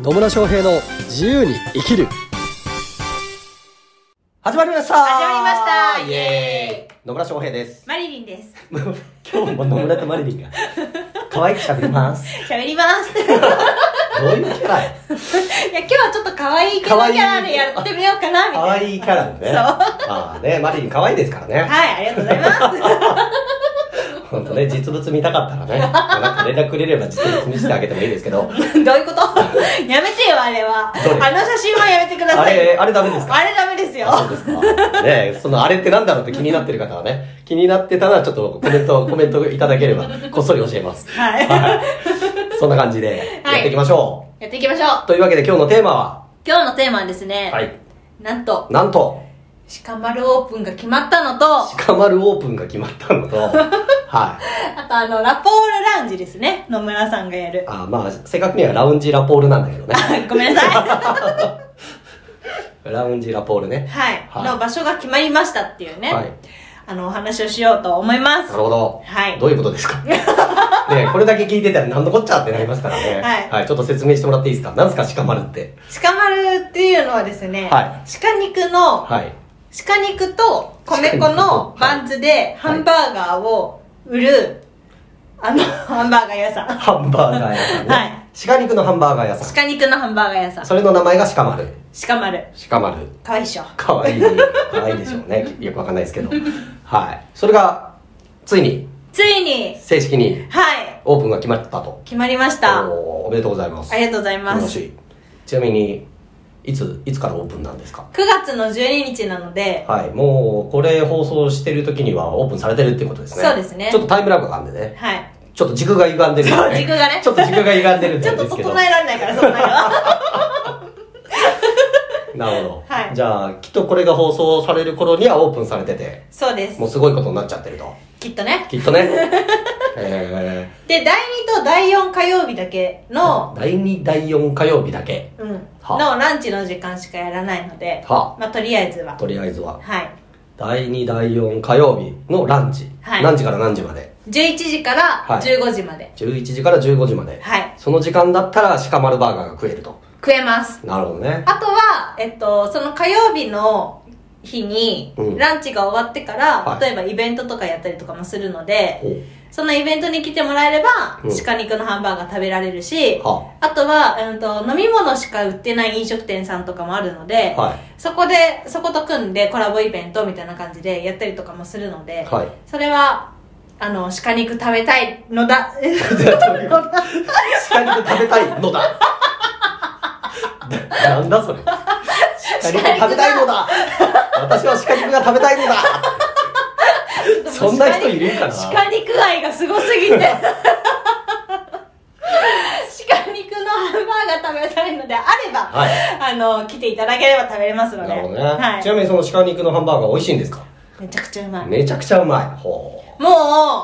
野村翔平の自由に生きる始まりました始まりましたイエーイ野村翔平ですマリリンです。 今日も野村とマリリン が可愛く喋ります喋ります。 いどういうキャラや、今日はちょっと可愛い系のキャラでやってみようかな、み可たい愛いキャラのねそうまあねマリリン可愛いですからな。ねはい、ありがとうございます。本当ね実物見たかったら ねなんか連絡くれれば実物見せてあげてもいいですけど どういうことやめてよ、あれは。あどれの写真はやめてくだあさい。れあれダメですかあれダメですよ。そうですか。ねえそのあれってなんだろうって気になってる方はね、気になってたらちょっとコメント、コメントいただければ、こっそり教えます。は い。はい。そんな感じで、はいやっていきましょう。やっていきましょう。というわけで今日のテーマは、今日のテーマはですね、はい。なんと、なんと、鹿丸オープンが決まったのと、あ鹿丸オープンが決まった のと、はい。とあの、ラポールラウンジですね。野村さんが やる。あまあ、正確にはラウンジラポールなんだけどね。ごめんなさラウンジラポールい。ね。はい。はいの場所が決まりましたっていうね、はい。あの、お話をしようと思いますな。るほど。はいどういうことです かねえこれだけ聞いてたら何のこっちゃってなりますからね。はいちょっと説明してもらっていいですか何すか鹿丸って。鹿丸っていうのはですね、は鹿肉の、はい。鹿肉と米粉のバンズではいハンバーガーを売る、あの、ハンバーガー屋さん。ハンバーガー屋さんね。はい鹿肉のハンバーガー屋さん。鹿肉のハンバーガー屋さん。それの名前が鹿丸。鹿丸。鹿丸。かわいいっしょ。かわいい。かわいいでしょうね。よくわかんないですけど。はい。それが、ついに、ついに、正式にはい、オープンが決まったと。決まりました。あおーおめでとうございます。りがとうございま楽す。しいちなみに、いつ、いつからオープンなんですか9月の12日なので、はい。もう、これ放送してる時にはオープンされてるってことですね。そうですねちょっとタイムラグがあるんでね。はい。ちょっと軸が歪んでるんで、そう軸がねちょっと軸が歪んでるんで ちあょれっでとすけど。整えられないから、そんな のは。なるほど、はいじゃあきっとこれが放送される頃にはオープンされててそうですも。うすごいことになっちゃってるときっとね。きっと ねえで、第2と第4火曜日だけのー、、第2第4火曜日だけうん、のはランチの時間しかやらないので、はまあ、とりあえずは。とりあえずははい。第2第4火曜日のランチ、はい何時から何時まで11時からはい15時まで。 11時から15時まで、はい。その時間だったら鹿丸バーガーが食えると食えます。なるほどねあとは、えっと、その火曜日の日にうん、ランチが終わってから、はい例えばイベントとかやったりとかもするので、おそのイベントに来てもらえれば、うん鹿肉のハンバーガー食べられるし、はあとは、うんと、飲み物しか売ってない飲食店さんとかもあるので、はいそこで、そこと組んでコラボイベントみたいな感じでやったりとかもするので、はいそれは、あの、鹿肉食べたいのだ、鹿肉食べたいのだ ななんだそれ鹿肉食べたいのだ私は鹿肉が食べたいのだ そんな人いるかな鹿肉愛がすごすぎて鹿肉のハンバーガー食べたいのであれば、はいあの来ていただければ食べれますのでなるほどね、は、ちないみにその鹿肉のハンバーガー美味しいんですかめちゃくちゃうまい、めちゃくちゃうまいほうもう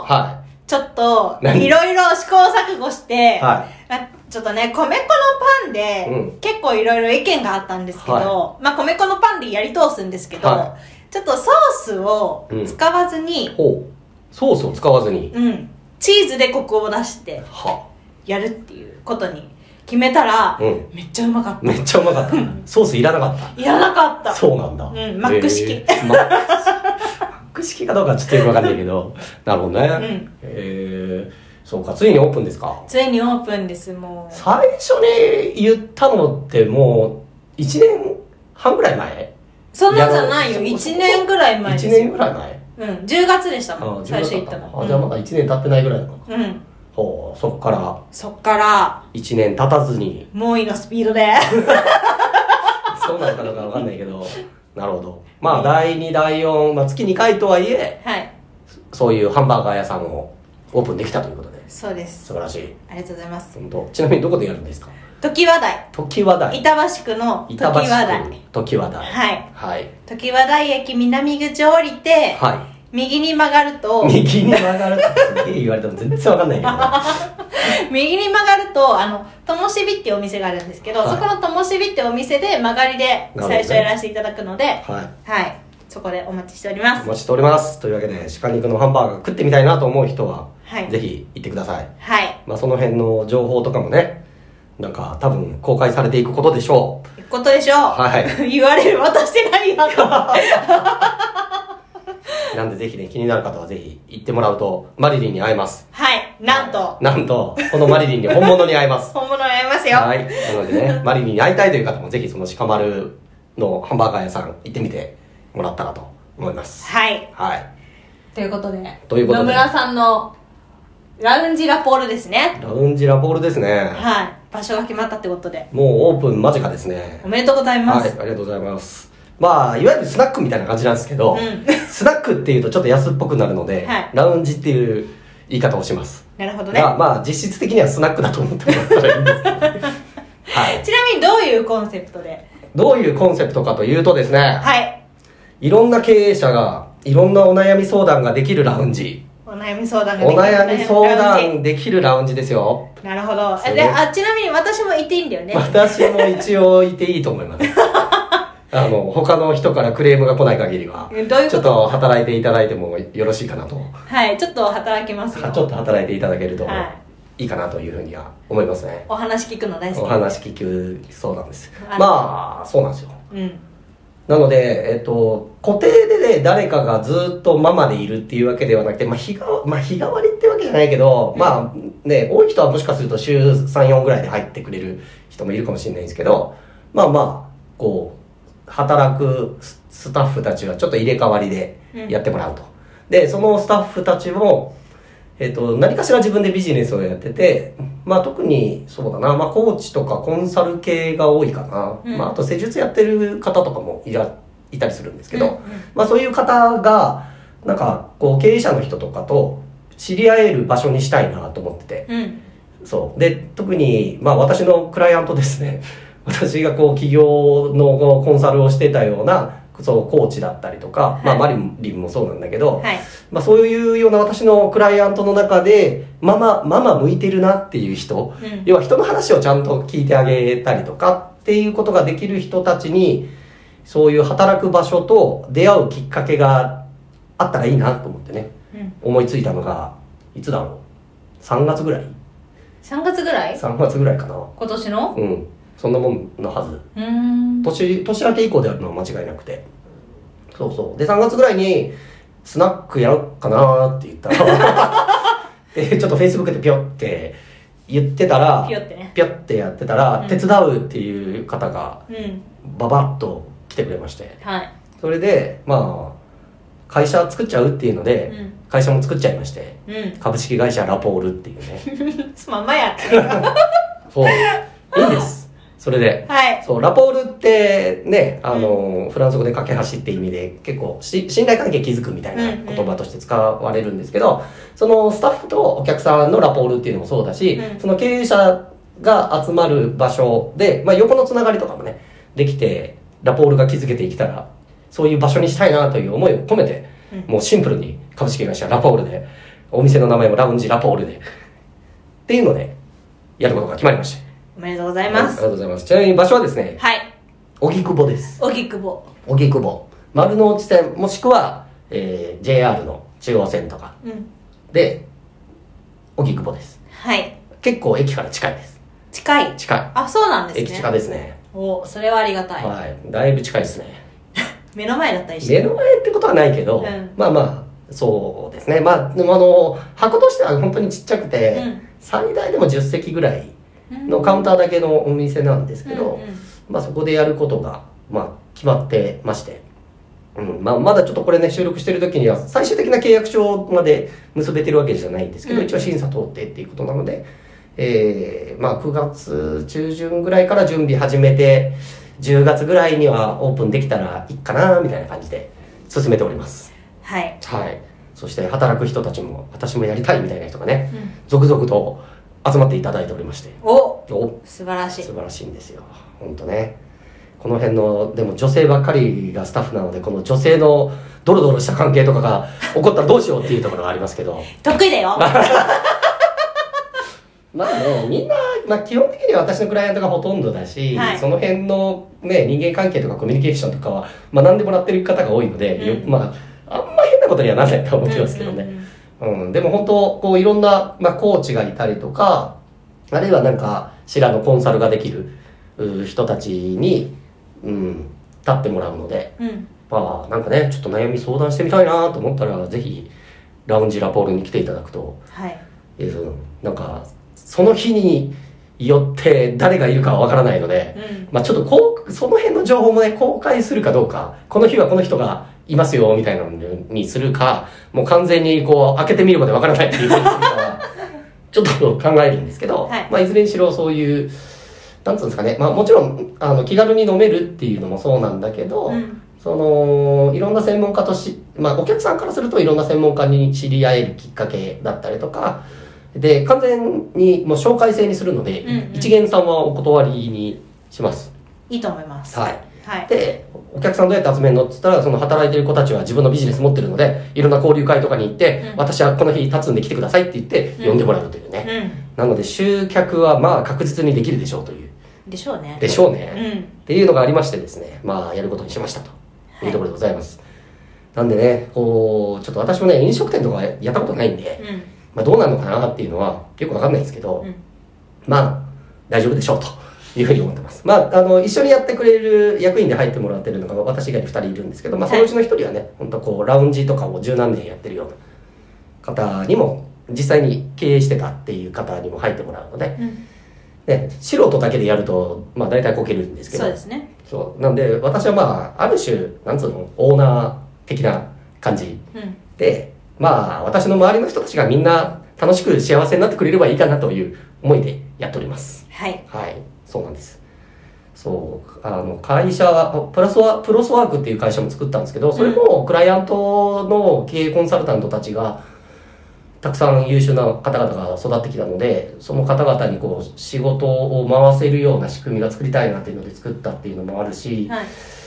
はちょっと何いろいろ試行錯誤して、はまちょっとね米粉のパンで、うん結構いろいろ意見があったんですけど、はまあ、米粉のパンでやり通すんですけど、はちょっとソースを使わずにい、ほうソースを使わずにうん、チーズでコクを出してはやるっていうことに決めたら、うんめっちゃうまかっめっちゃうまかったソースいらなかったたいらなかったそうなんだ、うんマック式えーマック式マック式かどうかはちょっとよくわかんないけどなるほどね、んえー、そうかついにオープンですかついにオープンですもう最初に言ったのってもう1年半ぐらい前そんなんじゃないよいや1年ぐらい前です1よ年ぐらい前うん10月でしたもあん最初行ったあじゃあまのだ1年経ってないぐらいなのか、うん、うん、ほうそっからそっから1年経たずに猛威のスピード でそうなのかどうかわかんないけどなるほどまあ第2第4、まあ、月2回とはいえはいそういうハンバーガー屋さんをオープンできたということでそうです素晴らしいありがとうございます本当ちなみにどこでやるんですか時和台時和台板橋区の時和板橋台区時和台はいはい時和台駅南口降りて、はい右に曲がると右に曲がるってすげえ言われても全然わかんないけど、 右に曲がるとあのともしびっていうお店があるんですけど、はいそこのともしびってお店で曲がりでほどね最初やらせていただくので、はいはいそこでお待ちしておりおます待ちしておりますというわけで鹿肉のハンバーガー食ってみたいなと思う人は、はいぜひ行ってください、はいまあ、その辺の情報とかもねなんか多分公開されていくことでしょう。いうことでしょう、は 言われる渡してないやんか なんでぜひね、気になる方はぜひ行ってもらうと、マリリンに会えます。はいなんとなんと、このマリリンに本物に会えます。本物会えますよははい、い。なのでね、マリリンに会いたいという方もぜひその鹿丸のハンバーガー屋さん行ってみてもらったらと思います。はい。ということでということで野村さんのラウンジラポールですねラウンジラポールですね。はい場所が決まったってことでもうオープン間近ですね。おめでとうございまはい、あす、りがとうございます。まあ、いわゆるスナックみたいな感じなんですけど、うんスナックっていうとちょっと安っぽくなるので、はいラウンジっていう言い方をします。なるほどね、まあ、まあ、実質的にはスナックだと思ってもらったらいいんですけど。はい。ちなみにどういうコンセプトでどういうコンセプトかというとですね、はいいろんな経営者が、いろんなお悩み相談ができるラウンジ。お悩み相談がおできる悩み相ラウンジ談できるラウンジですよ。なるほどそうであちなみに私もいていいんだよね私も一応いていいと思い ます。あの、他の人からクレームが来ない限りは、えどういうちことょっと働いていただいてもよろしいかなと。はいちょっと働きますちょよっと働いていただけるとはいいいかなというふうには思いますね。お話聞くの大好きお話聞くそうなんですは。いまあ、そうなんですよ。うんなので、えっと、固定でね、誰かがずっとママでいるっていうわけではなくて、まあ、日が、まあ、日替わりってわけじゃないけど、まあ、ね、多い人はもしかすると週3、4ぐらいで入ってくれる人もいるかもしれないんですけど、まあまあ、こう、働くススタッフたちはちょっと入れ替わりでやってもらうと。で、そのスタッフたちも、えっと、何かしら自分でビジネスをやってて、まあ特にそうだな、まあコーチとかコンサル系が多いかな。うんまああと施術やってる方とかもいら、いたりするんですけど、うんうんまあそういう方が、なんかこう経営者の人とかと知り合える場所にしたいなと思ってて。うんそう。で、特に、まあ私のクライアントですね。 私がこう企業のこうコンサルをしてたような、そう、コーチだったりとか、まあマはリリンもそうなんだけど、はいまあ、そういうような私のクライアントの中で、ママ、ママ向いてるなっていう人、うん要は人の話をちゃんと聞いてあげたりとかっていうことができる人たちに、そういう働く場所と出会うきっかけがあったらいいなと思ってね、うん思いついたのが、いつだろう ?3 月ぐらい3月ぐらい ?3 月ぐらいかな。今年のうん。そんなもんのはず。うーん年、年明け以降であるのは間違いなくて。そうそう。で、3月ぐらいに、スナックやろうかなーって言ったら、 で、ちょっと Facebook でピョって言ってたらピ、ヨってねピョってやってたら、うん手伝うっていう方が、うんババッと来てくれまして。はいそれで、まあ、会社作っちゃうっていうので、うん会社も作っちゃいまして、うん株式会社ラポールっていうね。つまんまやってそう。いいんです。それで。はいそう、ラポールってね、あの、フランス語で架け橋って意味で、結構し、信頼関係築くみたいなうんうん言葉として使われるんですけど、そのスタッフとお客さんのラポールっていうのもそうだし、うんその経営者が集まる場所で、まあ横のつながりとかもね、できて、ラポールが築けていけたら、そういう場所にしたいなという思いを込めて、うんもうシンプルに株式会社ラポールで、お店の名前もラウンジラポールで、っていうので、やることが決まりました。おめでとうござはいいあまりがすとうございます。ちなみに場所はですね、はい荻窪です荻窪荻窪丸の内線もしくは、えー JR の中央線とかうんで荻窪ですはい結構駅から近いです近い近い、あそうなんですね駅近ですねおそれはありがたい、はいだいぶ近いですね目の前だったりして目の前ってことはないけど、うんまあまあそうですねまあでもあの箱としては本当にちっちゃくて、うん最大でも10席ぐらいの顔カウンターだけのお店なんですけど、うんうんまあ、そこでやることが、まあ、決まってまして、うんまあ、まだちょっとこれね収録してる時には最終的な契約書まで結べてるわけじゃないんですけど、うん一応審査通ってっていうことなので、えーまあ、9月中旬ぐらいから準備始めて10月ぐらいにはオープンできたらいいかなみたいな感じで進めておりますはい、はいそして働く人たちも私もやりたいみたいな人がねうん、続々と集まっていただいておりましておお素晴らしい素晴らしいんですよ本当ねこの辺のでも女性ばっかりがスタッフなのでこの女性のドロドロした関係とかが起こったらどうしようっていうところがありますけど得意だよまあねみんな、まあ、基本的には私のクライアントがほとんどだし、はいその辺の、ね、人間関係とかコミュニケーションとかは学んでもらってる方が多いので、ようんまああんま変なことにはならないとは思ってますけどね、うんうんうんうん、でも本当こういろんな、まあ、コーチがいたりとかあるいはなんかしらのコンサルができるう人たちに、うん、立ってもらうので、うんまあ、なんかね、ちょっと悩み相談してみたいなと思ったら、ぜひ、ラウンジラポールに来ていただくと、はいえーうんなんか、その日によって誰がいるかはわからないので、うんまあちょっとこう、その辺の情報もね、公開するかどうか、この日はこの人がいますよ、みたいなのにするか、もう完全にこう、開けてみるまでわからないっていうふうにするかはちょっと考えるんですけど、はいまあいずれにしろそういう、なんつうんですかね、まあもちろん、あの、気軽に飲めるっていうのもそうなんだけど、うんそのいろんな専門家とし、まあ、お客さんからするといろんな専門家に知り合えるきっかけだったりとかで完全にもう紹介制にするので、うんうん一元さんはお断りにしますいいと思いますはいはいでお客さんどうやって集めるのっつったらその働いてる子たちは自分のビジネス持ってるのでいろんな交流会とかに行って、うん私はこの日立つんで来てくださいって言ってうん呼んでもらうというね、うなので集客はまあ確実にできるでしょうというんでしょうねでしょうね、うんっていうのがありましてですね、まあ、やることにしましたというところでございます。なんでね、こう、ちょっと私もね、飲食店とかやったことないんで、うんまあ、どうなるのかなっていうのは、よくわかんないですけど、うんまあ、大丈夫でしょうというふうに思ってます。まあ、あの、一緒にやってくれる役員で入ってもらってるのが、私以外に2人いるんですけど、まあ、そのうちの1人はね、本当こう、ラウンジとかを十何年やってるような方にも、実際に経営してたっていう方にも入ってもらうので、うんね、素人だけでやると、まあ、大体こけるんですけどそう、ですねそう。なんで、私はまあ、ある種、なんつうの、オーナー的な感じうんで、まあ、私の周りの人たちがみんな楽しく幸せになってくれればいいかなという思いでやっております。はいはい。そうなんです。そう。あの、会社は、プラスワ、プロスワークっていう会社も作ったんですけど、それもクライアントの経営コンサルタントたちが、たくさん優秀な方々が育ってきたので、その方々にこう、仕事を回せるような仕組みが作りたいなっていうので作ったっていうのもあるし、はい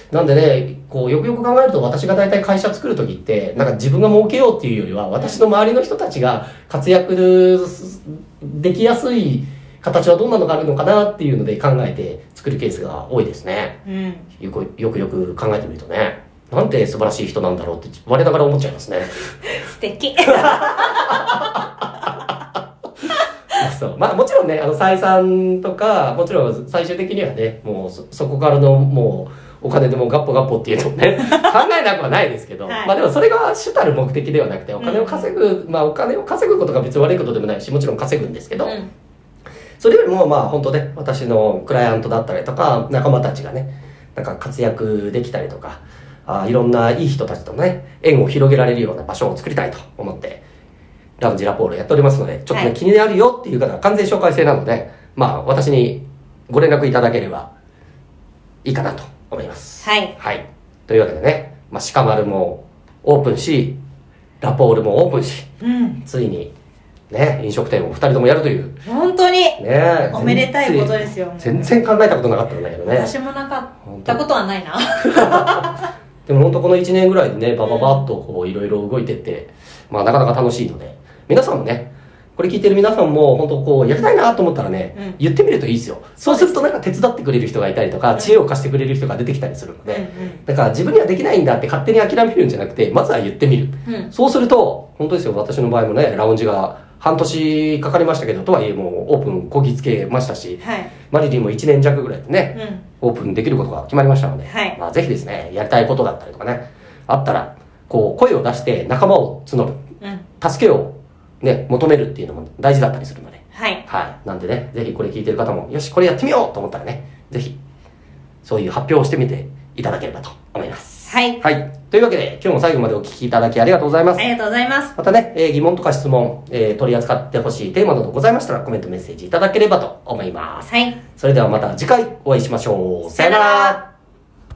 なんでね、こう、よくよく考えると私が大体会社作るときって、なんか自分が儲けようっていうよりは、私の周りの人たちが活躍できやすい形はどんなのがあるのかなっていうので考えて作るケースが多いですね。うんよくよくよく考えてみるとね。なんて素晴らしい人なんだろうって我ながら思っちゃいますね。素 敵 そう。まあもちろんね、あの、採算とか、もちろん最終的にはね、もうそそこからのもう、お金でもガッポガッポっていうのも ね、考えなくはないですけど、はいまあでもそれが主たる目的ではなくて、お金を稼ぐ、まあお金を稼ぐことが別に悪いことでもないし、もちろん稼ぐんですけうど、んそれよりもまあ本当ね、私のクライアントだったりとか、仲間たちがね、なんか活躍できたりとか、あーいろんないい人たちとね、縁を広げられるような場所を作りたいと思って、ラウンジラポールやっておりますので、ちょっとね、はい気になるよっていう方は完全紹介制なので、まあ私にご連絡いただければいいかなと思います。はいはい。というわけでね、まあ鹿丸もオープンし、ラポールもオープンし、うんついにね、飲食店を二人ともやるという、本当にねえおめでたいことですよ全然考えたことなかったんだけどね私もなかったことはないなでも本当この1年ぐらいでねバババッとこういろいろ動いてって、まあなかなか楽しいので皆さんもねこれ聞いてる皆さんも本当こうやりたいなと思ったらね、うん言ってみるといいですよそうするとなんか手伝ってくれる人がいたりとか知恵を貸してくれる人が出てきたりするのうんで、だから自分にはできないんだって勝手に諦めるんじゃなくてまずは言ってみるうんうんそうすると本当ですよ私の場合もねラウンジが半年かかりましたけどとはいえもうオープンこぎつけましたしはいマリリンも1年弱ぐらいでね、うんオープンできることが決まりましたので、はいまあ、ぜひですね、やりたいことだったりとかね、あったら、こう、声を出して仲間を募る、うん助けをね、求めるっていうのも大事だったりするので、はいはい。なんでね、ぜひこれ聞いてる方も、よし、これやってみようと思ったらね、ぜひ、そういう発表をしてみていただければと思います。はいはい。というわけで、今日も最後までお聞きいただきありがとうございますあ。りがとうございますまたね、えー疑問とか質問、えー取り扱ってほしいテーマなどございましたら、コメントメッセージいただければと思います。はいそれではまた次回お会いしましょう。さよなさよならら